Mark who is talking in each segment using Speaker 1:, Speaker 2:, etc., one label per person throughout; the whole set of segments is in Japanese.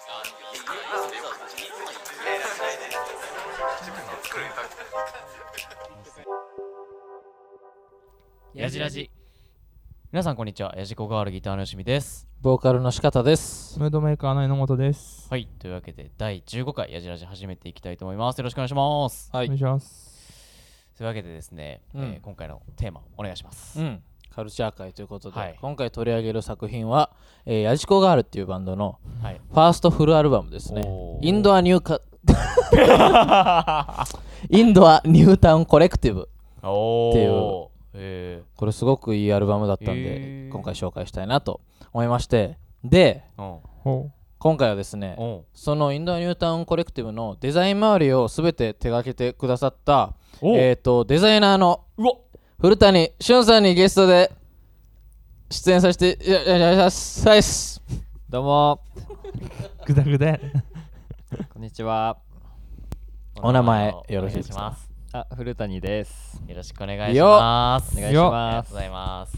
Speaker 1: 作るんですよ作るんだ
Speaker 2: やじラジ皆さんこんにちはやじこガールギターのよしみです
Speaker 3: ボーカルの仕方です。
Speaker 4: ムードメーカーの榎本です。
Speaker 2: はいというわけで第15回やじラジ始めていきたいと思いますよろしくお願いします
Speaker 3: は
Speaker 4: お願い。します。
Speaker 2: というわけでですね、
Speaker 3: うん
Speaker 2: えー今回のテーマお願いします、
Speaker 3: うん。カルチャー界ということで、
Speaker 2: はい
Speaker 3: 今回取り上げる作品は、えー、ヤジコガールっていうバンドの
Speaker 2: はい
Speaker 3: ファーストフルアルバムですね
Speaker 2: お。ー
Speaker 3: インドアニューカ インドアニュータウンコレクティブ。
Speaker 2: お
Speaker 3: っていう
Speaker 2: おえ
Speaker 3: これすごくいいアルバムだったんで、
Speaker 2: へー
Speaker 3: 今回紹介したいなと思いまして、で、
Speaker 2: ー、うん
Speaker 4: ほ
Speaker 3: 今回はですね、
Speaker 2: お
Speaker 3: そのインドアニュータウンコレクティブのデザイン周りを全て手掛けてくださった、えー、とデザイナーの
Speaker 2: うわ
Speaker 3: 古谷俊さんにゲストで出演させていやいやいやいやさいっすどうも
Speaker 4: う。ぐだぐだやね。
Speaker 5: こんにちは。
Speaker 3: お名前
Speaker 2: を
Speaker 3: よろし
Speaker 2: お願
Speaker 3: いで
Speaker 2: し
Speaker 3: すか
Speaker 2: ます
Speaker 5: あ、古谷です。
Speaker 2: よろしくお願いし
Speaker 3: よっ
Speaker 2: ます
Speaker 5: お願いし
Speaker 4: よっ
Speaker 2: ありがとう
Speaker 5: ます
Speaker 2: ご。ざいます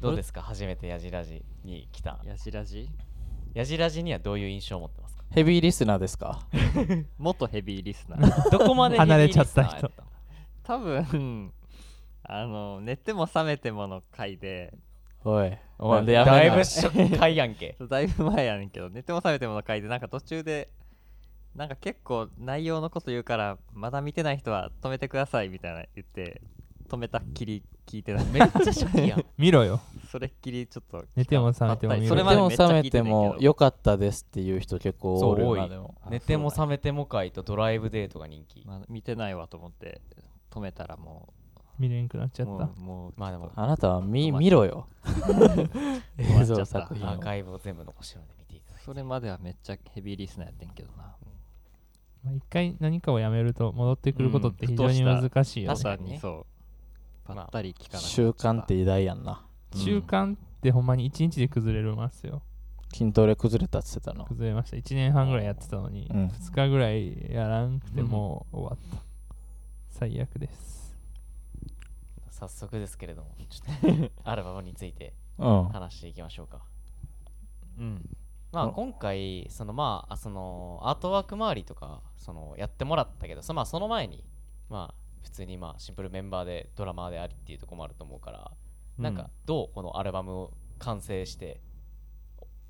Speaker 2: どうですか初めてやじラジに来た
Speaker 5: やしラジ。
Speaker 2: やじラジにはどういう印象を持ってますか
Speaker 3: ヘビーリスナーですか
Speaker 5: 元ヘビーリス ナー。
Speaker 2: どこま で
Speaker 4: 離れちゃった人
Speaker 2: ヘビーリスナーや
Speaker 5: 多分。あの、寝ても覚めてもの回で。
Speaker 3: おい
Speaker 2: お
Speaker 3: なん
Speaker 2: い
Speaker 3: でやめ
Speaker 2: だい
Speaker 3: な
Speaker 2: ぶショッカーやんけ
Speaker 5: だいぶ前やねんけど、寝ても覚めてもの回で、なんか途中で。なんか結構内容のこと言うから、まだ見てない人は止めてくださいみたいな言って。止めたっきり聞いてない。
Speaker 2: めっちゃショッキやん
Speaker 4: 見ろよ。
Speaker 5: それっきりちょっと。
Speaker 4: 寝ても覚めても
Speaker 5: あったり
Speaker 4: 見る
Speaker 5: それ
Speaker 3: で
Speaker 5: までめ
Speaker 3: も
Speaker 5: っちゃ
Speaker 3: 覚
Speaker 5: 聞
Speaker 3: め
Speaker 5: いて
Speaker 3: て
Speaker 5: ないけど
Speaker 3: も良かったですっていう人結構おるよ
Speaker 2: そう多
Speaker 3: ないでも
Speaker 2: 寝ても
Speaker 5: 覚
Speaker 2: 覚めてもかいとドライブデートが人気
Speaker 5: まあ、見てないわと思って止めたらも
Speaker 4: 見れんくなっち
Speaker 5: う
Speaker 4: ゃった
Speaker 5: も。うもう
Speaker 2: まあでも
Speaker 3: あなたは見見ろよ映像作
Speaker 2: ア
Speaker 3: 品
Speaker 2: ー
Speaker 3: を
Speaker 2: カイブを全部残してるので見ていただ
Speaker 5: それまではめっちゃヘビーリスナーやってんけどな
Speaker 4: まあ一回何かをやめると戻ってくることって
Speaker 5: うん
Speaker 4: 非常に難しいよ
Speaker 2: ふと。し確かにね
Speaker 5: そう
Speaker 2: まあ
Speaker 5: ばったり聞かない
Speaker 3: 習慣って偉大やんな
Speaker 4: 習慣ってほんまに1日で崩れるますよ。
Speaker 3: 筋トレ崩れたって言ってたの
Speaker 4: 崩れました。1年半ぐらいやってたのに、
Speaker 3: うん
Speaker 4: 2日ぐらいやらんくてもう終わった。最悪です。
Speaker 2: 早速ですけれどもちょっとアルバムについて
Speaker 3: うん
Speaker 2: 話していきましょうか
Speaker 5: うん
Speaker 2: まあ
Speaker 3: うん
Speaker 2: 今回そのまああそのアートワーク周りとかそのやってもらったけどそ,、まあ、その前にまあ普通にまあシンプルメンバーでドラマーでありっていうところもあると思うから、なんかどうこのアルバムを完成して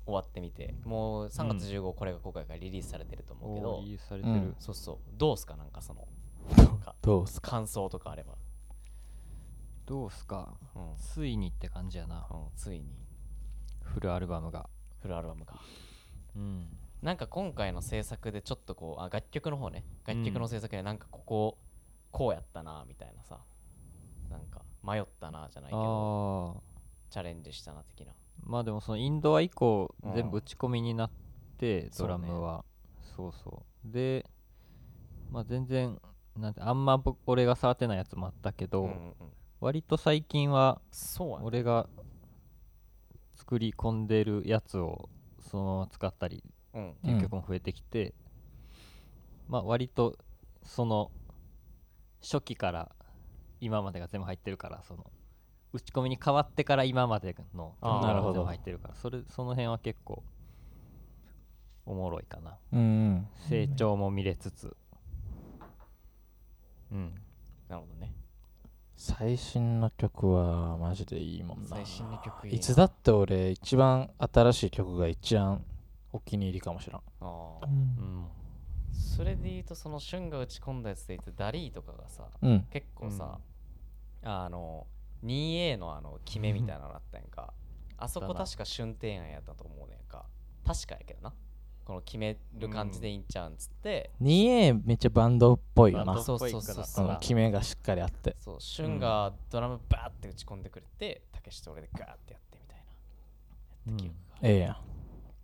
Speaker 2: お終わってみてもう3月15これが今回からリリースされてると思うけど、
Speaker 5: おーリリースされてる、
Speaker 3: うん
Speaker 2: そうそうどうすかなんかそのなんか
Speaker 3: どうすか
Speaker 2: 感想とかあれば、
Speaker 5: どうすか
Speaker 2: うんうん
Speaker 5: ついにって感じやな
Speaker 2: ついに
Speaker 5: フルアルバムが
Speaker 2: フルアルバムか
Speaker 5: うん
Speaker 2: なんか今回の制作でちょっとこうあ楽曲の方ね
Speaker 5: うん
Speaker 2: 楽曲の制作でなんかこここうやったなみたいなさなんか迷ったなじゃないけ
Speaker 5: あ
Speaker 2: ど
Speaker 5: ー
Speaker 2: チャレンジしたな的な
Speaker 5: まあでもそのインドア以降
Speaker 2: うん
Speaker 5: 全部打ち込みになって
Speaker 2: そう
Speaker 5: ド
Speaker 2: ね
Speaker 5: ラムはそう,、そうでまあ全然なんてあんま僕俺が触ってないやつもあったけど、
Speaker 2: うんうんうん
Speaker 5: 割と最近は
Speaker 2: そうやね
Speaker 5: 俺が作り込んでるやつをそのまま使ったり
Speaker 2: うん
Speaker 5: っていう曲も増えてきて、まあ割とその初期から今までが全部入ってるからその打ち込みに変わってから今までの
Speaker 2: あー
Speaker 5: な
Speaker 3: な
Speaker 5: る
Speaker 3: る
Speaker 5: ほ
Speaker 3: ほど
Speaker 5: ど入ってるからそれその辺は結構おもろいかな
Speaker 3: うんうん
Speaker 5: 成長も見れつつうん
Speaker 2: なるほどね
Speaker 3: 最新の曲はマジでいいもんな
Speaker 2: 最新の曲い
Speaker 3: いつだって俺一番新しい曲が一番お気に入りかもしらん
Speaker 2: あ
Speaker 4: う
Speaker 2: あ
Speaker 4: ん
Speaker 5: うん
Speaker 2: それで言うとその旬が打ち込んだやつで言うとダリーとかがさ
Speaker 3: うん
Speaker 2: 結構さ、あの 2A のあの決めみたいなのあったやんかあそこ
Speaker 5: だな
Speaker 2: 確か旬提案やったと思うねんか確かやけどなこの決める感じでいいんちゃうんつって、
Speaker 3: 2A めっちゃバンドっぽいよ
Speaker 5: バン
Speaker 3: な
Speaker 5: ド
Speaker 2: そう
Speaker 5: っぽい
Speaker 2: そう
Speaker 5: から
Speaker 2: そう
Speaker 3: う
Speaker 2: そ
Speaker 3: ん
Speaker 2: う
Speaker 3: 決めがしっかりあって
Speaker 2: そう旬がドラムバーって打ち込んでくれてたけしと俺でガーってやってみたいなやった記憶がある、
Speaker 3: ええやん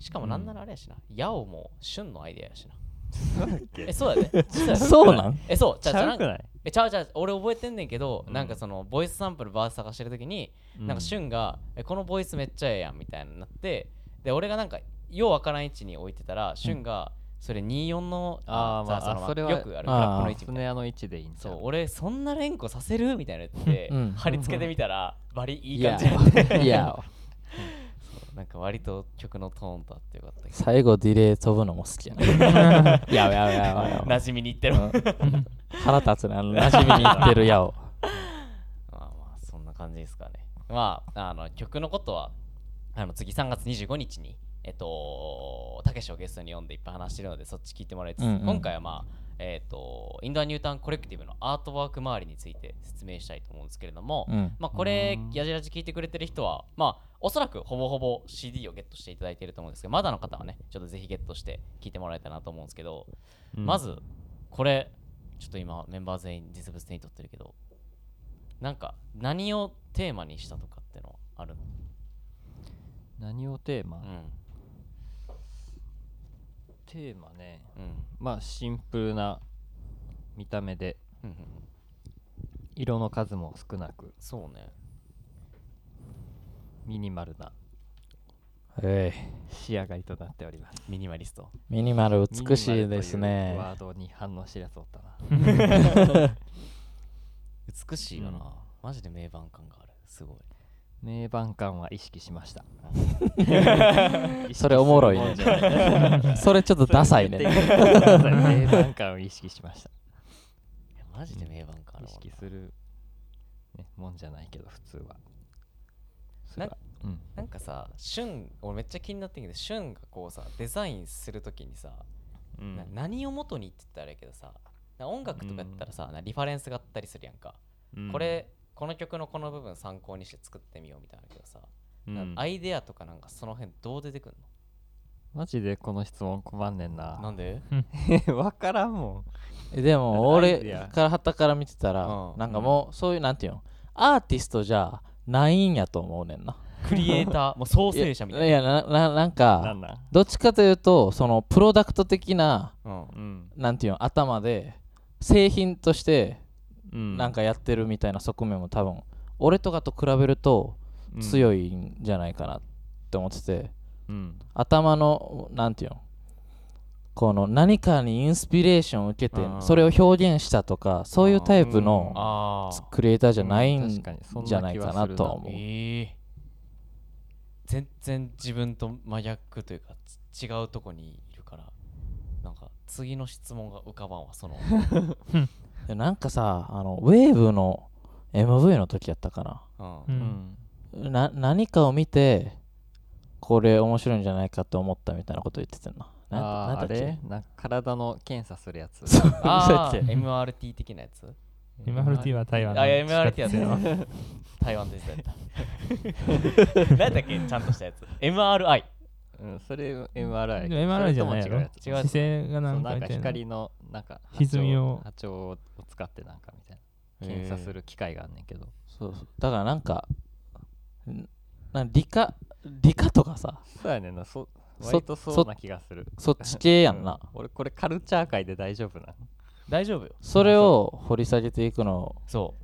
Speaker 2: しかもなんならあれやしな、ヤオも旬のアイデアやしな
Speaker 5: そうだっけ
Speaker 2: えそうだ ね 実は
Speaker 3: そうなん
Speaker 2: えそうじ
Speaker 5: ち
Speaker 2: ゃあじゃあなん
Speaker 5: ゃう
Speaker 2: か
Speaker 5: くない
Speaker 2: えちゃうちゃう俺覚えてんねんけど、
Speaker 5: うん
Speaker 2: なんかそのボイスサンプルバース探してる時に、なんか
Speaker 5: うん
Speaker 2: 旬がえこのボイスめっちゃええやんみたいになってで俺がなんかようわからん位置に置いてたら旬がそれ24の、
Speaker 5: あーまあ
Speaker 2: さ
Speaker 5: あそれは
Speaker 2: よくあるク
Speaker 3: あー
Speaker 2: ラップの位置み
Speaker 5: ス
Speaker 2: たいな
Speaker 5: ネアの位置でいいんちゃ
Speaker 2: そう俺そんな連呼させるみたいなの言って、
Speaker 3: うん
Speaker 2: 貼り付けてみたらバリいい感じ
Speaker 3: いやいや
Speaker 2: なんか割と曲のトーンとあってよかったけど
Speaker 3: 最後ディレイ飛ぶのも好 きやなやばいやばいやばいやばい
Speaker 2: 馴染みにいってるま
Speaker 3: 腹立つねあの馴染みにいってるやを
Speaker 2: あまあそんな感じですかねまああの曲のことはあの次3月25日にえっとたけしをゲストに呼んでいっぱい話してるのでそっち聞いてもらいつつ、
Speaker 3: うんうん
Speaker 2: 今回はまあえっとインドアニュータウンコレクティブのアートワーク周りについて説明したいと思うんですけれども、
Speaker 3: うん
Speaker 2: まあ、これ、やじらじ聞いてくれてる人は、まあ、おそらくほぼほぼ CD をゲットしていただいてると思うんですけど、まだの方はね、ちょっとぜひゲットして聞いてもらえたらなと思うんですけど、まず、これ、ちょっと今、メンバー全員実物手に取ってるけど、なんか、何をテーマにしたとかってのはあるの
Speaker 5: 何をテーマ、
Speaker 2: うん。
Speaker 5: テーマね
Speaker 2: うん。
Speaker 5: まあシンプルな見た目で
Speaker 2: うんうん
Speaker 5: 色の数も少なく
Speaker 2: そうね。
Speaker 5: ミニマルな
Speaker 3: えい
Speaker 5: 仕上がりとなっております
Speaker 2: ミニマリスト。
Speaker 3: ミニマル美しいです
Speaker 5: ミニ
Speaker 3: ね
Speaker 5: マルというワードに反応してるやつおったな
Speaker 2: 美しいよな。
Speaker 5: うん
Speaker 2: マジで名盤感がある。すごい。
Speaker 5: 名盤感は意識しました
Speaker 3: それおもろいね
Speaker 5: 意識するもんじゃない
Speaker 3: それちょっとダサい
Speaker 5: 言っ
Speaker 3: ね
Speaker 5: てください名盤感を意識しま した
Speaker 2: いやマジで名盤感あるも
Speaker 5: 意
Speaker 2: んな
Speaker 5: 識する、ね、もんじゃないけど普通はそ
Speaker 2: な
Speaker 5: れ
Speaker 2: ん
Speaker 5: はうん
Speaker 2: なんかさ、シュン、俺めっちゃ気になってんけど、シュンがこうさ、デザインするときにさ、
Speaker 5: うん
Speaker 2: な何を元にって言ったらあれやけどさ、な音楽とかやったらさ、なリファレンスがあったりするやんか。
Speaker 5: うん
Speaker 2: これ、この曲のこの部分参考にして作ってみようみたいなのあるけどさ、
Speaker 5: う
Speaker 2: なんアイデアとかなんかその辺どう出てくん
Speaker 5: マジでこの質問困んねん
Speaker 2: のな
Speaker 5: なん
Speaker 2: で
Speaker 5: 分からんも
Speaker 3: えでも
Speaker 5: アイ
Speaker 3: 俺
Speaker 5: デア
Speaker 3: からはたから見てたら
Speaker 2: うん
Speaker 3: なんかもうそういうなんていうのアーティストじゃないんやと思うねんな
Speaker 2: クリエイター、もう創
Speaker 3: いや
Speaker 2: 生者みた
Speaker 3: い
Speaker 2: い
Speaker 3: やなななん
Speaker 5: んな
Speaker 3: か
Speaker 5: んなん
Speaker 3: どっちかというとそのプロダクト的な
Speaker 2: な。うん
Speaker 5: うん
Speaker 3: なんていうの頭で製品として
Speaker 5: うん
Speaker 3: なんかやってるみたいな側面も多分俺とかと比べると強いんじゃないかなって思ってて
Speaker 5: うん
Speaker 3: 頭のなんていうのこの何かにインスピレーションを受けて
Speaker 2: うん
Speaker 3: それを表現したとかそういうタイプの
Speaker 2: ああ。
Speaker 3: クリエイターじゃない
Speaker 5: うん
Speaker 3: ん
Speaker 5: 確かにそんな気
Speaker 3: じゃ
Speaker 5: は
Speaker 3: ないかなとは思う
Speaker 2: ええ全然自分と真逆というかつ違うとこにいるからなんか次の質問が浮かばんわその
Speaker 3: でなんかさあのウェーブの MV の時やったか
Speaker 2: う
Speaker 3: な
Speaker 2: ん
Speaker 4: う
Speaker 5: うんん
Speaker 3: な何かを見てこれ面白いんじゃないかと思ったみたいなこと言ってたななん
Speaker 5: あ
Speaker 3: なん
Speaker 5: ー
Speaker 3: だ
Speaker 5: あ
Speaker 3: っけ
Speaker 5: れなんか体の検査するやつ
Speaker 2: あ
Speaker 3: 嘘
Speaker 2: ー
Speaker 3: やっけ
Speaker 2: MRT 的なやつ
Speaker 4: MRT は台湾の
Speaker 2: あいや MRT や
Speaker 4: 地
Speaker 2: っ
Speaker 4: 下鉄な
Speaker 2: た台湾でやった 何だっけちゃんとしたやつ MRI
Speaker 5: うんそれ MRI
Speaker 4: でも MRI じゃないや
Speaker 5: それとも
Speaker 4: ろ
Speaker 5: 違うやつ
Speaker 2: 違うやつ
Speaker 4: 姿勢が
Speaker 5: そ
Speaker 4: な
Speaker 5: うんな
Speaker 4: かみ
Speaker 5: ん
Speaker 4: た
Speaker 5: か
Speaker 4: いな
Speaker 5: 光のなんか波
Speaker 4: 歪み
Speaker 5: 長
Speaker 4: を
Speaker 5: 波長を使ってなんかみたいな検査する機械があんねんけど
Speaker 3: そうそうだからなんかんなん理科理科とかさ
Speaker 5: そうやねんなそ
Speaker 3: そ
Speaker 5: 割とそうな気がする
Speaker 3: そっち系やん な、
Speaker 5: 俺これカルチャー界で大丈夫な
Speaker 2: 大丈夫よ
Speaker 3: それを掘り下げていくの
Speaker 2: そ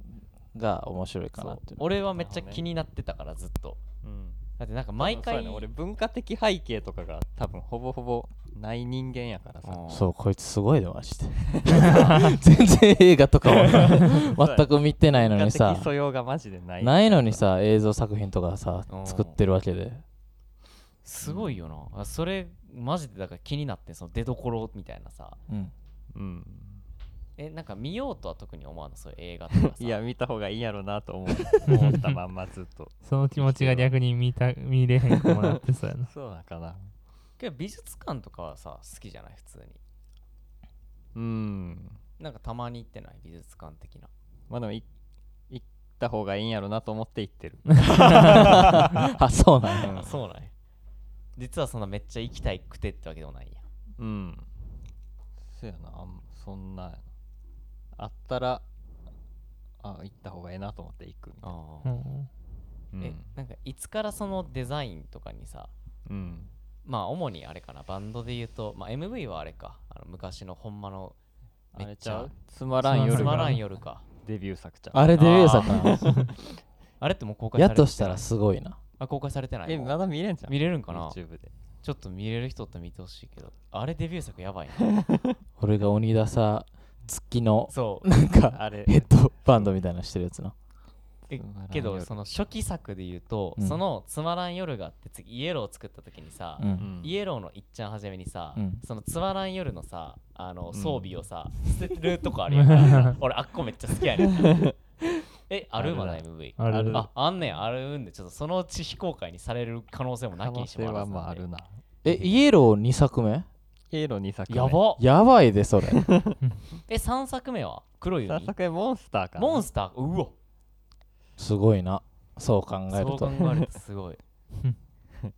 Speaker 2: う
Speaker 3: が面白いか
Speaker 2: そ
Speaker 3: なっ
Speaker 2: う
Speaker 3: ていう
Speaker 2: 俺はめっちゃ気になってたからずっと
Speaker 5: うん
Speaker 2: だってなんか毎
Speaker 5: そう
Speaker 2: 回
Speaker 5: やね俺文化的背景とかが多分ほぼほぼない人間やからさ
Speaker 2: うん
Speaker 3: そうこいつすごいでマジで 全然映画とかもさ全く見てないの
Speaker 5: 文
Speaker 3: に
Speaker 5: 化
Speaker 3: さ
Speaker 5: 的素養がマジでない
Speaker 3: ないのにさ映像作品とかさ
Speaker 2: うん
Speaker 3: 作ってるわけです
Speaker 2: ごいよな、あそれマジでだから気になってその出どころみたいなさ
Speaker 3: うん
Speaker 5: うん
Speaker 2: えなんか見ようとは特に思わないそう いう映画とかさ
Speaker 5: いや見た方がいいやろなと思 う思ったまんまずっと
Speaker 4: その気持ちが逆に見た見れへんくもなってそう やな
Speaker 5: そうなんかな
Speaker 2: けど美術館とかはさ好きじゃない普通に
Speaker 5: うん
Speaker 2: なんかたまに行ってない美術館的な
Speaker 5: まあでもい行った方がいいんやろなと思って行って る
Speaker 3: あそうなんや
Speaker 2: あそうなんや実はそんなめっちゃ行きたいくてってわけでもないんや
Speaker 5: うんそうやなあんそんなあったらあ行った方がええなと思って行くみたいな
Speaker 2: あ
Speaker 4: う
Speaker 2: あ、
Speaker 4: ん
Speaker 5: うん
Speaker 2: えなんかいつからそのデザインとかにさ
Speaker 5: うん
Speaker 2: まあ主にあれかなバンドで言うと、まあ、MV はあれかあの昔のほんまの
Speaker 5: あ
Speaker 2: め
Speaker 5: れ
Speaker 2: っ
Speaker 5: ち
Speaker 2: ち
Speaker 5: ゃ
Speaker 2: ゃ
Speaker 5: うつまらん夜
Speaker 2: つま
Speaker 5: が
Speaker 2: らん夜か
Speaker 5: デビュー作ちゃう
Speaker 3: あれで映像かな
Speaker 2: あれってもう公開さ
Speaker 3: や
Speaker 2: れ
Speaker 3: としたら
Speaker 2: てない
Speaker 3: すごいな
Speaker 2: あ公開されてない
Speaker 5: え
Speaker 2: もう
Speaker 5: まだ見れんじゃん
Speaker 2: 見れるんかな
Speaker 5: YouTube で
Speaker 2: ちょっと見れる人って見てほしいけどあれデビュー作やばいね
Speaker 3: 俺が鬼ださ月の
Speaker 2: そう
Speaker 3: なんか
Speaker 5: あれ
Speaker 3: ヘッドバンドみたいなのしてるやつな
Speaker 2: え
Speaker 5: つまらん夜
Speaker 2: けどその初期作で言うと、
Speaker 3: うん
Speaker 2: その「つまらん夜」があって次イエローを作った時にさ、
Speaker 3: うん
Speaker 5: うん
Speaker 2: イエローのいっちゃん初めにさ、
Speaker 3: うん
Speaker 2: そのつまらん夜のさあの
Speaker 5: うん
Speaker 2: 装備をさ、捨てるとこあるやん俺あっこめっちゃ好きやねんえあ
Speaker 5: あ
Speaker 2: る
Speaker 5: る
Speaker 2: まだ
Speaker 5: あ
Speaker 2: MV
Speaker 4: あるある
Speaker 2: ああんねんあるんでちょっとそのうち非公開にされる可能性もな
Speaker 5: 可
Speaker 2: き
Speaker 5: 能
Speaker 2: にし
Speaker 5: 性
Speaker 2: もあら
Speaker 5: は
Speaker 2: ず
Speaker 5: まあ
Speaker 2: な
Speaker 5: あ
Speaker 2: んで
Speaker 5: るな
Speaker 3: え、イエロー2作目
Speaker 5: イエロー2作目
Speaker 2: やば
Speaker 3: やばいで、それ。
Speaker 2: え3作目は黒い
Speaker 5: 3
Speaker 2: 海
Speaker 5: 作目モンスターかな
Speaker 2: モンスターうわ
Speaker 3: すごいな。そう考え
Speaker 2: そう
Speaker 3: る
Speaker 2: 考
Speaker 3: と。
Speaker 2: えるとすごい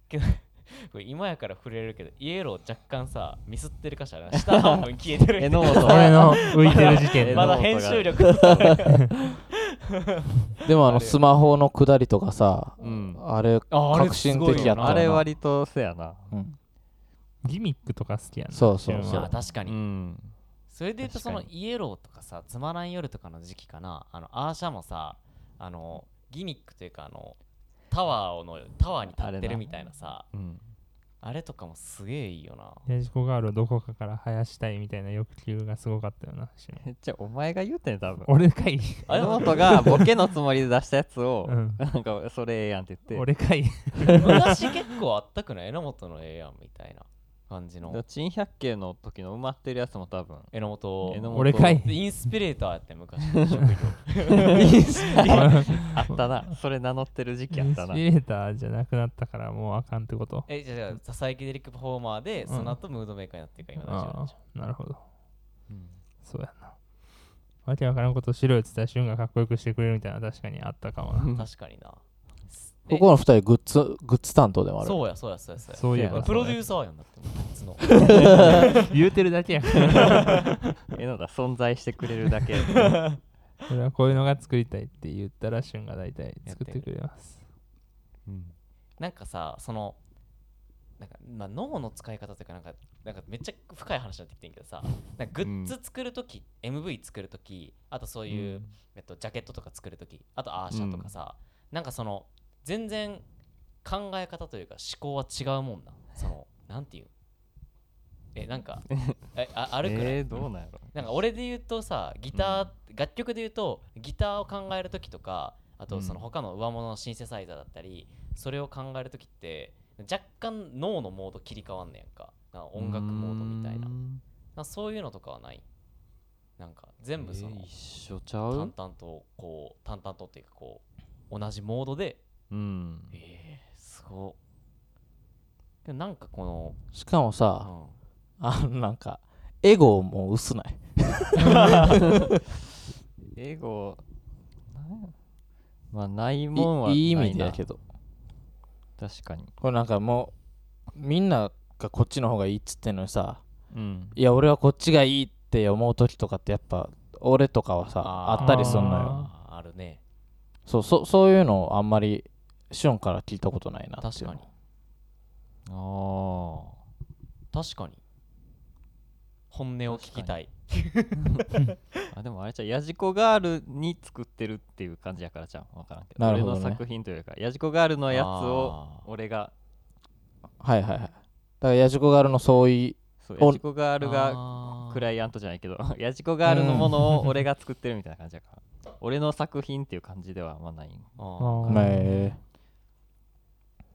Speaker 2: けどこれ今やから触れるけどイエロー若干さミスってる箇所あるな下半分消えてる
Speaker 5: えノート
Speaker 4: 俺の浮いてる時点で
Speaker 2: まだ
Speaker 5: ノート
Speaker 2: 編
Speaker 5: が
Speaker 2: 集力とか
Speaker 3: でも、あの、
Speaker 2: あれ
Speaker 3: スマホの下りとかさ、
Speaker 5: うん
Speaker 3: あれ、
Speaker 2: ああれ
Speaker 3: 革新的やったよな。
Speaker 5: あれ割とせやな
Speaker 3: うん
Speaker 4: ギミックとか好きやな
Speaker 3: そうそう
Speaker 4: 自分
Speaker 2: ま
Speaker 4: は
Speaker 2: あ確か
Speaker 5: う
Speaker 2: に、
Speaker 5: ん
Speaker 2: それで言うとそ
Speaker 5: 確か
Speaker 2: の
Speaker 5: に
Speaker 2: イエローとかさつまらん夜とかの時期かなあのアーシャもさあのギミックというかあのタワーをのタワーに立ってるみたいなさ
Speaker 5: うん
Speaker 2: あれとかもすげえいいよな
Speaker 4: ヤジコガールをどこかから生やしたいみたいな欲求がすごかったよな一緒に
Speaker 5: めっちゃお前が言うてん多分
Speaker 4: 俺かい、
Speaker 2: あでも
Speaker 5: ノートがボケのつもりで出したやつ を
Speaker 4: うん、
Speaker 5: なんかそれええやんって言って
Speaker 4: 俺かい
Speaker 2: 昔結構あったくない榎本のええやんみたいな感じの
Speaker 5: 珍百景の時の埋まってるやつも多分
Speaker 2: 榎本
Speaker 5: 榎本
Speaker 4: 俺かい
Speaker 2: でインスピレーターやって昔の職業
Speaker 5: あったなそれ名乗ってる時期
Speaker 4: イ
Speaker 5: や
Speaker 4: ン
Speaker 5: っ
Speaker 4: ス
Speaker 5: たな
Speaker 4: ピレーターじゃなくなったからもうあかんってこと
Speaker 2: えじゃあじゃあ多彩キデリックパフォーマーでその後ムードメーカーになってるから今大丈夫なん
Speaker 4: あ
Speaker 2: でしょ
Speaker 4: あなるほど
Speaker 5: うん
Speaker 4: そうやなわけわからんことしろよって言ったら旬がかっこよくしてくれるみたいなの確かにあったかもな
Speaker 2: 確かになえ
Speaker 3: ここの二人、グッズ、グッズ担当でもある。
Speaker 2: そうやそうやそうやそうや
Speaker 4: そういえば
Speaker 2: プロデュ
Speaker 4: ー
Speaker 2: ーサーやんだってもう別の
Speaker 4: 言うてるだけやから
Speaker 5: えのだ存在してくれる だけ
Speaker 4: 俺はこういうのが作りたいって言ったら旬が大体作ってくれます
Speaker 5: うん
Speaker 2: なんかさそのなんか、まあ、脳の使い方というかなんかなんかめっちゃ深い話になってきてんけどさなんかグッズ作るとき、MV 作るときあとそういう、
Speaker 5: うん
Speaker 2: えっと、ジャケットとか作るときあとアーシャとかさ、なんかその全然考え方というか思考は違うもんなそのなんていうえなん かえああるくらい、
Speaker 5: えーどうなんやろ
Speaker 2: なんか俺で言うとさギター、楽曲で言うとギターを考える時とかあ
Speaker 5: う
Speaker 2: と
Speaker 5: ん
Speaker 2: その他の上物のシンセサイザーだったり、それを考える時って若干脳のモード切り替わんねやんかなんか音楽モードみたいな
Speaker 5: うん
Speaker 2: なんかそういうのとかはないなんか全部その、
Speaker 5: えー一緒ちゃ
Speaker 2: 淡
Speaker 5: う
Speaker 2: 々とこう淡々とっていうかこう同じモードで
Speaker 5: うん
Speaker 2: えー、すごっでもなんかこの、
Speaker 3: しかも
Speaker 2: う
Speaker 3: さ、
Speaker 2: ん
Speaker 3: あの、なんか、エゴも薄ない。
Speaker 5: 英語なんやまあないもんはい
Speaker 3: いい意
Speaker 5: ない
Speaker 3: 味で
Speaker 5: な
Speaker 3: やけど。
Speaker 5: 確かに
Speaker 3: これなんかもう、みんながこっちの方がいいっつってんのにさ、
Speaker 5: うん
Speaker 3: いや、俺はこっちがいいって思う時とかって、やっぱ、俺とかはさ、
Speaker 2: あー
Speaker 3: あったりすんのよ。
Speaker 4: よ
Speaker 2: あーあるね
Speaker 3: そうそうそういうのをあんまりシオンから聞いたことないなっていうの
Speaker 2: 確か
Speaker 5: ああ
Speaker 2: 確かに本音を聞きたい
Speaker 5: あでもあれじゃうヤジコガールに作ってるっていう感じやからじゃんわからんけど
Speaker 3: なるほどね
Speaker 5: 俺の作品というかヤジコガールのやつを
Speaker 2: あー
Speaker 5: 俺が
Speaker 3: はいはいはいだからヤジコガールの相違
Speaker 5: そう
Speaker 3: お
Speaker 5: ヤジコガールが
Speaker 2: あー
Speaker 5: クライアントじゃないけど ヤジコガールのものを俺が作ってるみたいな感じやから俺の作品っていう感じではあんまないん
Speaker 2: あ
Speaker 4: あ
Speaker 2: ー
Speaker 4: ー
Speaker 3: え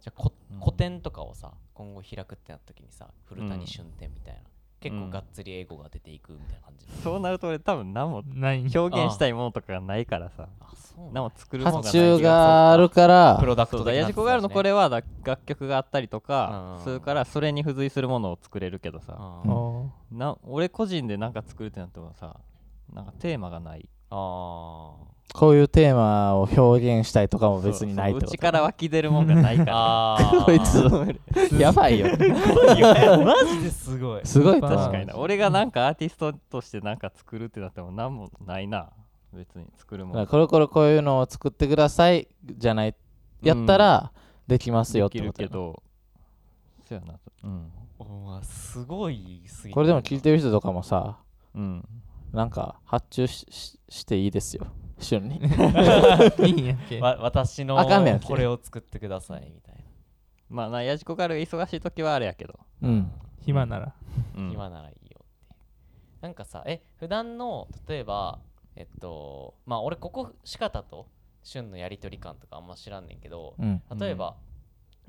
Speaker 2: じゃあこ
Speaker 5: うん
Speaker 2: 個展とかをさ今後開くってなった時にさ古
Speaker 5: う
Speaker 2: 谷
Speaker 5: ん
Speaker 2: 俊展みたいな、結構
Speaker 5: うん
Speaker 2: がっつり英語が出ていくみたいな感じ、
Speaker 5: そうなると俺多分何も
Speaker 4: ない
Speaker 5: 表現したいものとかがないからさ
Speaker 2: あそうなんだ
Speaker 5: 何も作るものがな
Speaker 3: 発
Speaker 5: い気が
Speaker 3: 注
Speaker 5: する
Speaker 3: があるか
Speaker 2: プ
Speaker 3: ら
Speaker 2: ロダク
Speaker 5: そ
Speaker 2: ト
Speaker 5: うだ
Speaker 2: 的な
Speaker 5: ヤジコガールのこ
Speaker 2: れ
Speaker 5: れはだ楽曲があったりと
Speaker 2: う
Speaker 5: か
Speaker 2: ん
Speaker 5: するからそれに付随するものを作れるけどさ
Speaker 2: あ
Speaker 4: あ
Speaker 2: ー
Speaker 4: ー
Speaker 5: な俺個人で何か作るってなってもさなんかテーマがない
Speaker 2: あー
Speaker 3: こういうテーマを表現したいとかも別にないっ
Speaker 5: そう
Speaker 3: て
Speaker 5: そう
Speaker 3: こ
Speaker 5: 内
Speaker 3: と
Speaker 5: から湧き出るもんがない か
Speaker 2: あー
Speaker 3: こいつやばいよ
Speaker 2: やマジですごい
Speaker 3: すごい
Speaker 5: ら
Speaker 4: あー
Speaker 5: 確かにな俺がなんかアーティストとして何か作るってなっても何もないな別に作るも
Speaker 3: な
Speaker 5: の
Speaker 3: これこれこういうのを作ってくださいじゃないやったらできますよ
Speaker 5: で
Speaker 3: っ
Speaker 5: き
Speaker 3: て
Speaker 5: る
Speaker 3: こと
Speaker 5: け
Speaker 3: やな
Speaker 5: どそうやなうん
Speaker 2: お前すごいすぎる
Speaker 3: これでも聞いてる人とかもさ
Speaker 5: うん
Speaker 3: なんか発注しししていいですよシオンに
Speaker 4: いいんやっけ
Speaker 2: わ私の
Speaker 3: あかんねやって
Speaker 2: これを作ってくださいみたい
Speaker 5: まあなヤジコガールが忙しい時はあれやけど
Speaker 3: うん
Speaker 4: 暇なら
Speaker 5: うん
Speaker 2: な今ならいいよっていうなんかさえ普段の例えばえっとまあ俺ここしかたと旬のやり取り感とかあんま知らんねんけど
Speaker 3: うん
Speaker 2: 例えば、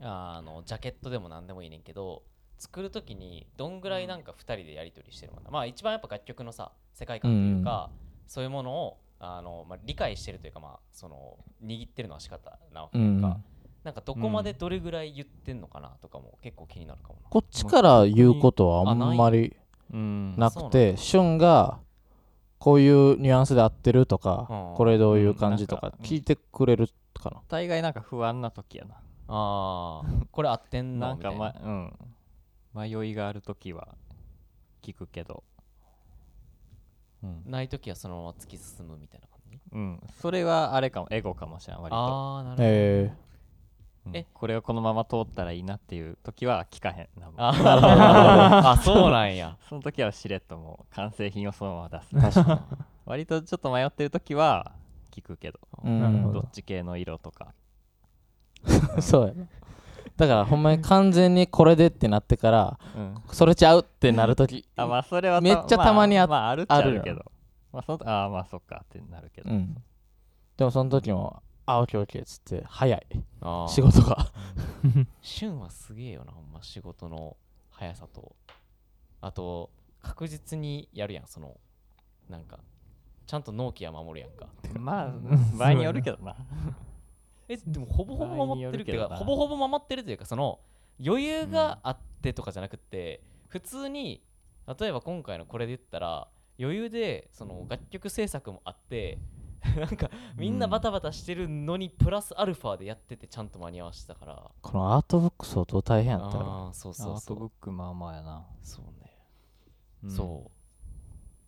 Speaker 2: あのジャケットでも何でもいいねんけど作る時にどんぐらいなんか2人でやり取りしてるもんな、まあ一番やっぱ楽曲のさ世界観というか、そういうものをあの、まあ、理解してるというかまあその握ってるのは仕方なわけ
Speaker 3: う
Speaker 2: と
Speaker 3: ん
Speaker 2: か、なんかどこまでどれぐらい言ってんのかなとかも結構気になるかもな、
Speaker 3: こっちから言うことはあんまり
Speaker 5: うん
Speaker 3: なくて
Speaker 2: あ
Speaker 3: シュンがこういうニュアンスで合ってるとか
Speaker 2: うん
Speaker 3: これどういう感じと
Speaker 5: うん
Speaker 3: か
Speaker 5: なんか
Speaker 3: 聞いてくれるかな
Speaker 5: 大概なんか不安な時やな
Speaker 2: あー これ合ってんの
Speaker 5: なんか、
Speaker 2: みたい
Speaker 5: まうん、迷いがある時は聞くけど、うん
Speaker 2: ない時はそのまま突き進むみたいな感じ
Speaker 5: うん、それはあれかもエゴかもしれん割と、
Speaker 2: ああなるほど、
Speaker 3: え
Speaker 5: うん
Speaker 2: え
Speaker 5: これをこのまま通ったらいいなっていう時は聞かへんな
Speaker 2: あーなるほどなるほ どあそうなんや
Speaker 5: その時はしれっともう完成品をそのまま出す割とちょっと迷ってる時は聞くけど
Speaker 3: ーう
Speaker 4: なるほ
Speaker 5: ど
Speaker 3: ん
Speaker 5: っち系の色とか
Speaker 3: そうやなだからほんまに完全にこれでってなってから
Speaker 5: うん
Speaker 3: それちゃうってなるとき
Speaker 5: あまあそれは
Speaker 3: めっちゃたまにあ
Speaker 5: あまああるっちゃある
Speaker 3: ある
Speaker 5: け
Speaker 3: よ
Speaker 5: どまあそのあーまあそっかってなるけど、
Speaker 3: うんでもその時もあオッケーオッケーっつって早い
Speaker 2: あー
Speaker 3: 仕事が
Speaker 2: 旬はすげえよなほんま仕事の速さとあと確実にやるやんそのなんかちゃんと納期は守るやんか
Speaker 5: まあ
Speaker 4: うん
Speaker 5: 場合によるけどな
Speaker 2: えでもほぼほぼ守ってるっていう
Speaker 5: 場合による
Speaker 2: か
Speaker 5: けどな
Speaker 2: ほぼほぼ守ってるというかその余裕があってとかじゃなくて、普通に例えば今回のこれで言ったら余裕でその楽曲制作もあって なんかみんなバタバタしてるのにプラスアルファでやっててちゃんと間に合わせてたから、
Speaker 3: このアートブック相当大変やったよ
Speaker 2: ああそうそう
Speaker 5: アー
Speaker 2: そ
Speaker 5: トブ
Speaker 2: う
Speaker 5: ックまあまあやな、
Speaker 2: そうね
Speaker 5: うん
Speaker 2: そう。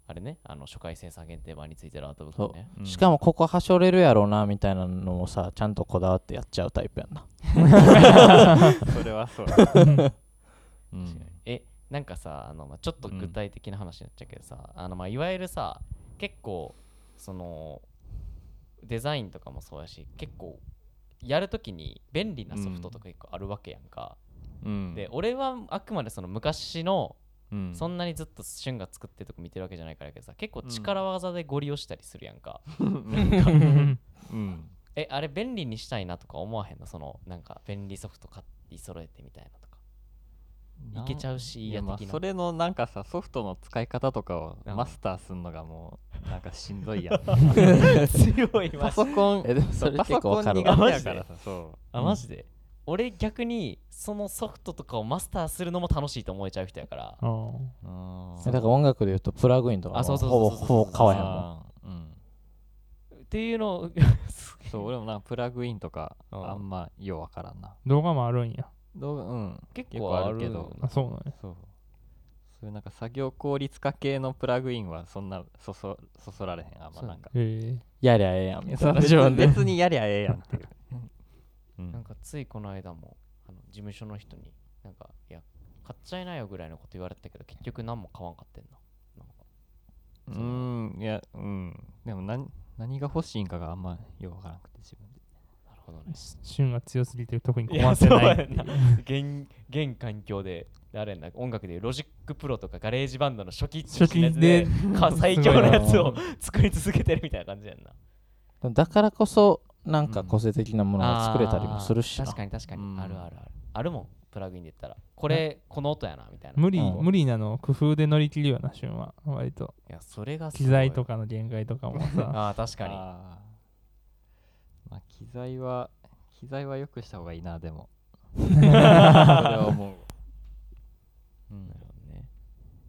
Speaker 2: あれね、あの初回生産限定版についてるアートブックね。
Speaker 5: うん
Speaker 3: しかもここはしょれるやろうなみたいなのもさちゃんとこだわってやっちゃうタイプやん な
Speaker 5: それはそう。うん
Speaker 2: 確かにえ、なんかさ、あのまあ、ちょっと具体的な話になっちゃうけどさ、あのまあいわゆるさ、結構、その、デザインとかもそうやし、結構、やるときに便利なソフトとか結構あるわけやんか。
Speaker 5: うん
Speaker 2: で、俺はあくまでその昔の、
Speaker 5: うん
Speaker 2: そんなにずっと旬が作ってるとこ見てるわけじゃないからやけどさ、結構力技でご利用したりするやんか。
Speaker 5: うん
Speaker 2: えあれ便利にしたいなとか思わへんのそのなんか便利ソフト買って揃えてみたいなとか
Speaker 5: ない
Speaker 2: けちゃうしい
Speaker 5: いや
Speaker 2: や
Speaker 5: まあ
Speaker 2: 的な
Speaker 5: それのなんかさソフトの使い方とかを
Speaker 2: うん
Speaker 5: マスターすんのがもうなんかしんどいや ん
Speaker 2: 強い
Speaker 5: パ
Speaker 2: わ
Speaker 5: ソコン
Speaker 3: えでもそれ
Speaker 5: パソ
Speaker 3: 結構
Speaker 5: コ
Speaker 3: わ
Speaker 5: ン
Speaker 3: か
Speaker 5: 苦
Speaker 3: る
Speaker 5: 手
Speaker 3: わ
Speaker 5: やからさそ
Speaker 2: あマジで、俺逆にそのソフトとかをマスターするのも楽しいと思えちゃう人やから
Speaker 4: あー
Speaker 5: ううん
Speaker 3: だから音楽で言うとプラグインとかも
Speaker 2: あそうそう
Speaker 3: ほ
Speaker 2: そ
Speaker 3: ぼ
Speaker 2: うそう
Speaker 3: ほぼ買わへんもん
Speaker 5: あーうん
Speaker 2: っていうの をすげえ
Speaker 5: そう俺もなんかプラグインとか
Speaker 2: うん
Speaker 5: あんまようわからんな
Speaker 4: 動画もあるんや。
Speaker 5: 動画うん
Speaker 2: 結
Speaker 5: 結
Speaker 2: 構
Speaker 5: 構
Speaker 2: あ
Speaker 5: あ
Speaker 2: る
Speaker 5: る
Speaker 2: け
Speaker 5: け
Speaker 2: ど
Speaker 5: ど
Speaker 4: あ、そうなんや。
Speaker 5: そうそういうなんか作業効率化系のプラグインはそんなそそそそられへんあんまなんか
Speaker 4: へ
Speaker 3: やりゃええやんみたいな
Speaker 5: 別
Speaker 3: 自分で
Speaker 5: 別にやりゃええやんって いう。うん
Speaker 2: なんかついこの間もあの事務所の人になんかいや買っちゃいなよぐらいのこと言われてたけど結局何も買わんかってんななんか
Speaker 5: うーん、いや、うん。でも何、何が欲しいんかがあんまよくわからなくて、自分で。
Speaker 2: なるほどね
Speaker 4: え。し旬が強すぎて特に
Speaker 2: い
Speaker 4: 困
Speaker 2: や
Speaker 4: って
Speaker 2: そう
Speaker 4: な
Speaker 2: や
Speaker 4: いっていう。
Speaker 2: 現現環境であれやんな音楽でいうロジックプロとかガレージバンドの初期
Speaker 4: 初期
Speaker 2: のやつで
Speaker 4: ね
Speaker 2: か最強のやつを作り続けてるみたいな感じやんな
Speaker 3: だからこそなんか個性的なものが作れたりもするしな
Speaker 2: 確かに確かに、
Speaker 5: うん
Speaker 2: あるあるあるあるもんプラグインで言ったらこれこの音やなみたいな
Speaker 4: 無理、
Speaker 3: うん
Speaker 4: 無理なのを工夫で乗り切るような旬は。割と。
Speaker 2: いやそれがすごい
Speaker 4: 機材とかの限界とか もさ。
Speaker 2: ああ確かに
Speaker 5: あーまあ、機材は、機材はよくした方がいいな、でも。それは思う。うん
Speaker 2: なるほどね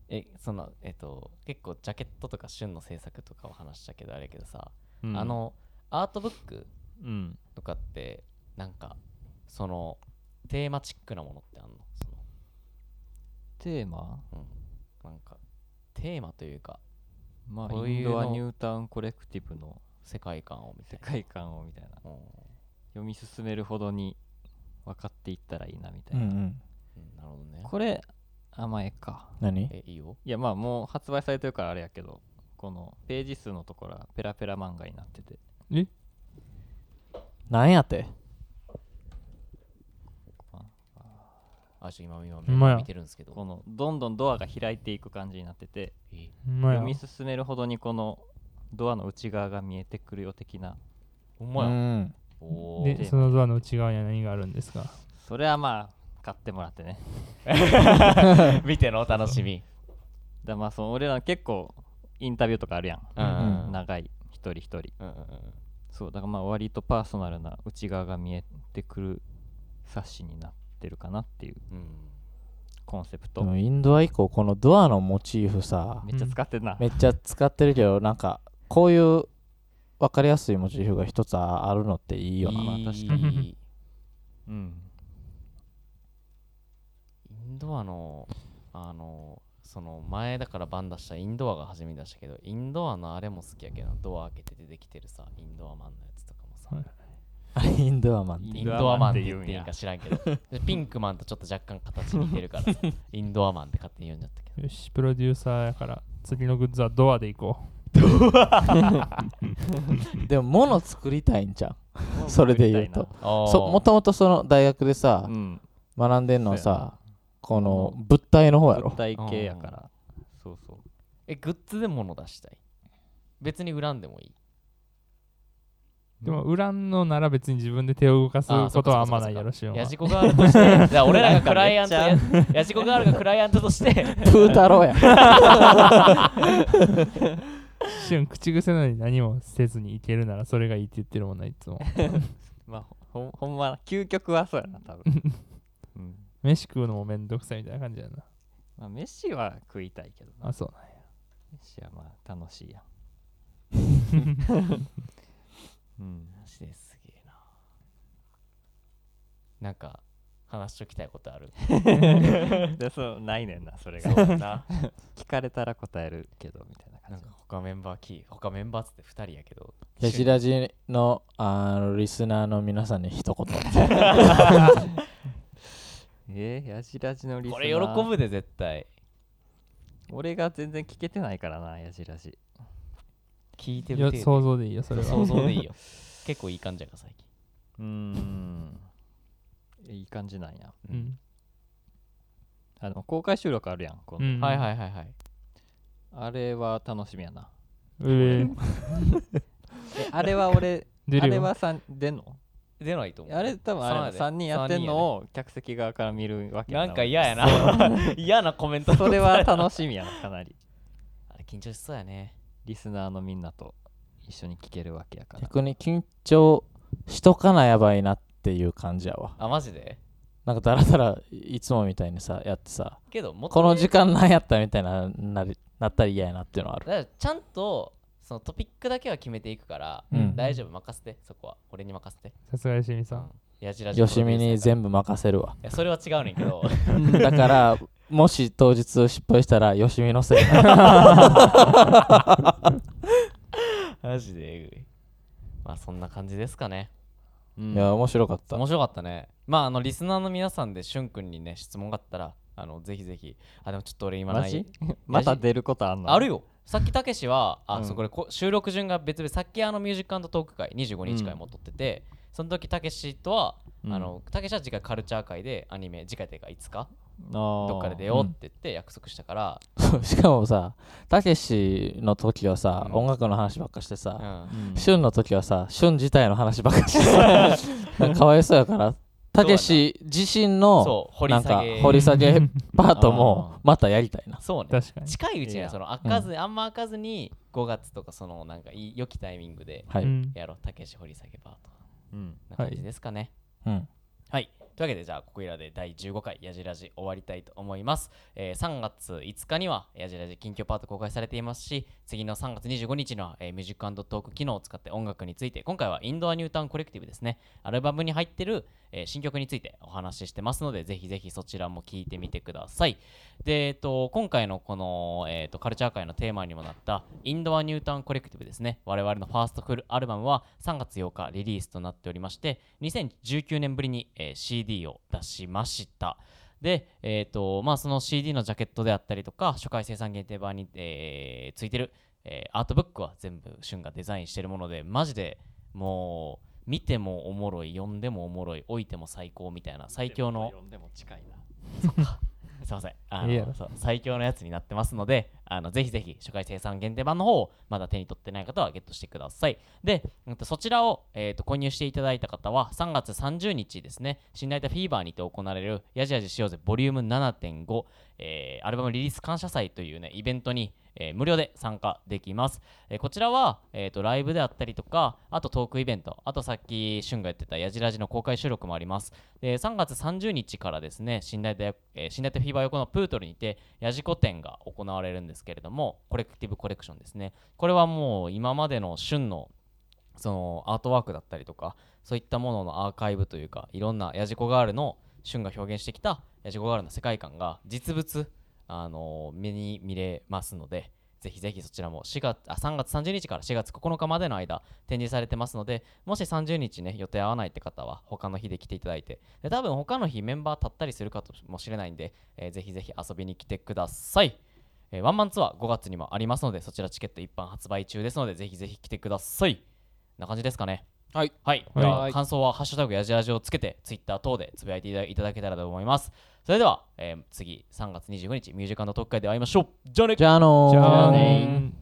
Speaker 2: えそのえっと結構ジャケットとか旬の制作とかを話したけどあれやけどさ、
Speaker 5: うん
Speaker 2: あ、のアートブック
Speaker 5: うん。
Speaker 2: とかってなんかそのテーマチックなものってあんのそ
Speaker 5: テーマ
Speaker 2: の、うん、なんかテーマというか
Speaker 5: まあ、
Speaker 2: こうい
Speaker 5: イン
Speaker 2: うの
Speaker 5: ドアニュータウンコレクティブの
Speaker 2: 世界観をみた
Speaker 5: 世
Speaker 2: いな、
Speaker 5: 界観をみたいな。
Speaker 2: うん
Speaker 5: 読み進めるほどに分かっていったらいいな、みた
Speaker 3: うん
Speaker 5: い
Speaker 3: う
Speaker 5: な。
Speaker 3: ん
Speaker 2: うんなるほどね
Speaker 5: これ、甘えか。
Speaker 3: 何
Speaker 2: えいいよ
Speaker 5: いやまあもう発売されてるからあれやけどこのページ数のところはペラペラ漫画になってて
Speaker 3: 何やって
Speaker 2: あちょ今今
Speaker 4: ほんまや
Speaker 2: 見てるんですけ
Speaker 5: こ
Speaker 2: ど
Speaker 5: のどんどんドアが開いていく感じになってて
Speaker 2: え
Speaker 4: うまい
Speaker 5: 読
Speaker 4: わ
Speaker 5: み進めるほどにこのドアの内側が見えてくるよ的な
Speaker 2: ほん
Speaker 3: う
Speaker 2: まや。
Speaker 3: ん
Speaker 2: おー
Speaker 4: でそのドアの内側には何があるんですか
Speaker 5: それはまあ買ってもらってね
Speaker 2: 見てのお楽しみ。
Speaker 5: だからまあその俺ら結構インタビューとかあるやん、
Speaker 2: うんうんうん
Speaker 5: 長い一人一人
Speaker 2: うんうんうん
Speaker 5: そうだからまあ割とパーソナルな内側が見えてくる冊子になってるかなっていう
Speaker 2: うん
Speaker 5: コンセプト、
Speaker 3: でもインドア以降このドアのモチーフさ
Speaker 5: めっちゃ使ってんな、
Speaker 3: めっちゃ使ってるけどなんかこういう分かりやすいモチーフが一つあるのっていいよな
Speaker 5: まあ
Speaker 2: い
Speaker 5: 確
Speaker 2: い
Speaker 5: か
Speaker 4: に
Speaker 5: うん
Speaker 2: インドアの、あの、その前だからバン出したインドアが初めに出したけど、インドアのあれも好きやけど、ドア開けて出てきてるさ、インドアマンのやつとかもさ、
Speaker 4: はい
Speaker 3: あれインドアマンって
Speaker 2: インドアマンって言っていいんか知らんけど、でピンクマンとちょっと若干形似てるから さ、インドアマンって勝手に呼んじゃったけど。
Speaker 4: よしプロデューサーやから次のグッズはドアで行こ
Speaker 3: でも物作りたいんじゃんそれで言うとそも
Speaker 2: と
Speaker 3: ともとその大学でさ
Speaker 5: うん
Speaker 3: 学んでんの
Speaker 5: そうや
Speaker 3: さこの物体の方やろ
Speaker 5: 物体系やからそうそう
Speaker 2: え、グッズで物出したい。別に恨んでもいい。
Speaker 4: うでもウランのなら別に自分で手を動かす
Speaker 2: あ
Speaker 4: ことはあんまないやろしよ
Speaker 2: ヤジコガールと して、じゃあ俺らがクライアントや、ヤジコガールがクライアントとして、
Speaker 3: プータローや
Speaker 4: しゅん口癖なのに何もせずにいけるならそれがいいって言ってるもんないつも
Speaker 5: まあほんほんま究極はそうやな多分、うん
Speaker 4: 飯食うのもめんどくさいみたいな感じやな
Speaker 5: まあ、飯は食いたいけどな
Speaker 4: あそうなんや
Speaker 5: 飯はまあ楽しいやん、うん、
Speaker 2: マジですげえな。なんか、話しときたいことある。
Speaker 5: でそうないねんなそれ
Speaker 2: そ
Speaker 5: が
Speaker 2: うだな。
Speaker 5: 聞かれたら答えるけどみたいな
Speaker 2: な
Speaker 5: 感
Speaker 2: ん
Speaker 5: じ
Speaker 2: か他メンバーキー、他メンバーっつって2人やけど、
Speaker 3: ヤジラジのあのリスナーの皆さんに一言
Speaker 5: えー、ヤジラジのリスナ
Speaker 2: これ
Speaker 5: ー
Speaker 2: 喜ぶで絶対。
Speaker 5: 俺が全然聞けてないからなヤジラジ
Speaker 2: 聞いて
Speaker 4: よ
Speaker 2: る程
Speaker 4: 想像でいいよそれ
Speaker 2: 度。
Speaker 4: は
Speaker 2: 想像でいいよ。 結構いい感じやから最近。
Speaker 5: うーんいい感じなんや
Speaker 4: うん
Speaker 5: あの公開収録あるやんこ
Speaker 4: う
Speaker 5: の、
Speaker 4: ん
Speaker 2: はいはいはいはい。
Speaker 5: あれは楽しみやな
Speaker 4: うえ
Speaker 5: えあれは俺
Speaker 4: 出
Speaker 5: あ
Speaker 4: る
Speaker 5: れ
Speaker 4: よ
Speaker 5: はさん 出んの
Speaker 2: 出ないと思う。
Speaker 5: あれ多分あれ
Speaker 2: 三やで
Speaker 5: 3人やってんのを客席側から見るわけや
Speaker 2: なんか嫌や
Speaker 5: な
Speaker 2: な。嫌なコメント。
Speaker 5: 俺それ は楽
Speaker 2: しい。
Speaker 5: しみやなかなり
Speaker 2: あれ緊張しそうやね。
Speaker 5: リスナーのみんなと一緒に聞けるわけやから
Speaker 3: 逆に緊張しとかなやばいなっていう感じやわ
Speaker 2: あ、マジで
Speaker 3: なんかだらだらいつもみたいにさやってさ
Speaker 2: けど、もっと
Speaker 3: この時間なんやったみたいななりなったら嫌やなっていうのはある
Speaker 2: だからちゃんとそのトピックだけは決めていくから、
Speaker 3: うん
Speaker 2: 大丈夫任せてそこは俺に任せて
Speaker 4: さすがよしみさ
Speaker 2: うんんやじらじ
Speaker 3: よしみに
Speaker 2: 部
Speaker 3: 全部任せるわ
Speaker 2: それは違うねんけ ど
Speaker 3: だからもし当日失敗したらよしみのせいな
Speaker 2: マジでえぐいまあそんな感じですかね
Speaker 5: うん
Speaker 3: いや面白かった
Speaker 2: 面白かったねまああのリスナーの皆さんでしゅんくんにね質問があったらあのぜひぜひあでもちょっと俺今な
Speaker 5: マ
Speaker 2: い
Speaker 5: ジまた出ることあんの
Speaker 2: あるよさっきたけしはあ、
Speaker 5: うん
Speaker 2: そうこれこ収録順が別々さっきあのミュージックトーク会25日会も撮ってて、その時たけしとは
Speaker 5: うん
Speaker 2: あのたけしは次回カルチャー会でアニメ次回というかいつかど
Speaker 5: ど
Speaker 2: っかで出ようって言って約束したから、
Speaker 3: しかもさたけしの時はさ、
Speaker 2: うん
Speaker 3: 音楽の話ばっかして
Speaker 2: う
Speaker 3: さ、
Speaker 2: ん
Speaker 3: しゅんの時はさしゅん自体の話ばっかしてさなんかかわいそうやからたけし自身の
Speaker 2: そう掘り
Speaker 3: なん
Speaker 2: 下
Speaker 3: か
Speaker 2: げ
Speaker 3: 掘り下げパートもまたやりたいな
Speaker 2: そうね
Speaker 4: 確かに
Speaker 2: 近いうち
Speaker 5: い
Speaker 2: に
Speaker 5: や
Speaker 2: その開かず、あんま開かずに5月とかそのなんかいい良きタイミングで
Speaker 3: はい、
Speaker 4: うん
Speaker 2: やろうたけし掘り下げパート
Speaker 5: うん
Speaker 2: な感じですかね
Speaker 3: うん
Speaker 2: はい、というわけでじゃあここいらで第15回やじラジ終わりたいと思います、えー3月5日にはやじラジ近況パート公開されていますし次の3月25日には、えーミュージックトーク機能を使って音楽について今回はインドアニュータウンコレクティブですねアルバムに入ってる、えー新曲についてお話ししてますのでぜひぜひそちらも聞いてみてくださいで、えっと、今回のこの、えっと、カルチャー界のテーマにもなったインドアニュータウンコレクティブですね我々のファーストフルアルバムは3月8日リリースとなっておりまして2019年ぶりに、えー CD を出しましたで、えっとまあ、その CD のジャケットであったりとか初回生産限定版に、えーついてる、えーアートブックは全部旬がデザインしてるものでマジでもう見てもおもろい読んでもおもろい置いても最高みたいな最強の
Speaker 5: 近いな
Speaker 2: すいませんあの
Speaker 4: いいやろ
Speaker 2: そう最強のやつになってますのであのぜひぜひ初回生産限定版の方をまだ手に取ってない方はゲットしてくださいでうんとそちらを、えー、と購入していただいた方は3月30日ですね信頼たフィーバーにて行われるやじやじしようぜボリューム7.5、えーアルバムリリース感謝祭というねイベントに、えー無料で参加できます、えーこちらは、えー、とライブであったりとかあとトークイベントあとさっき旬がやってたやじラジの公開収録もありますで3月30日からですね信頼大、えー、信頼大フィーバー横のプートルにてやじこ展が行われるんですけれどもコレクティブコレクションですねこれはもう今までの旬のそのアートワークだったりとかそういったもののアーカイブというかいろんなやじこガールの旬が表現してきたやじこガールの世界観が実物、あのー目に見れますのでぜひぜひそちらも4月あ3月30日から4月9日までの間展示されてますのでもし30日ね予定合わないって方は他の日で来ていただいてで多分他の日メンバー立ったりするかもしれないんで、えーぜひぜひ遊びに来てください、えーワンマンツアー5月にもありますのでそちらチケット一般発売中ですのでぜひぜひ来てくださいこんな感じですかね
Speaker 3: はい
Speaker 2: はい、
Speaker 4: はい
Speaker 2: では感想は「ハッシュタグやじラジ」をつけてツイッター等でつぶやいていただいただけたらと思いますそれでは、えー次3月25日ミュージックトーク会で会いましょうじゃあね
Speaker 3: じゃあのー
Speaker 4: じゃあねー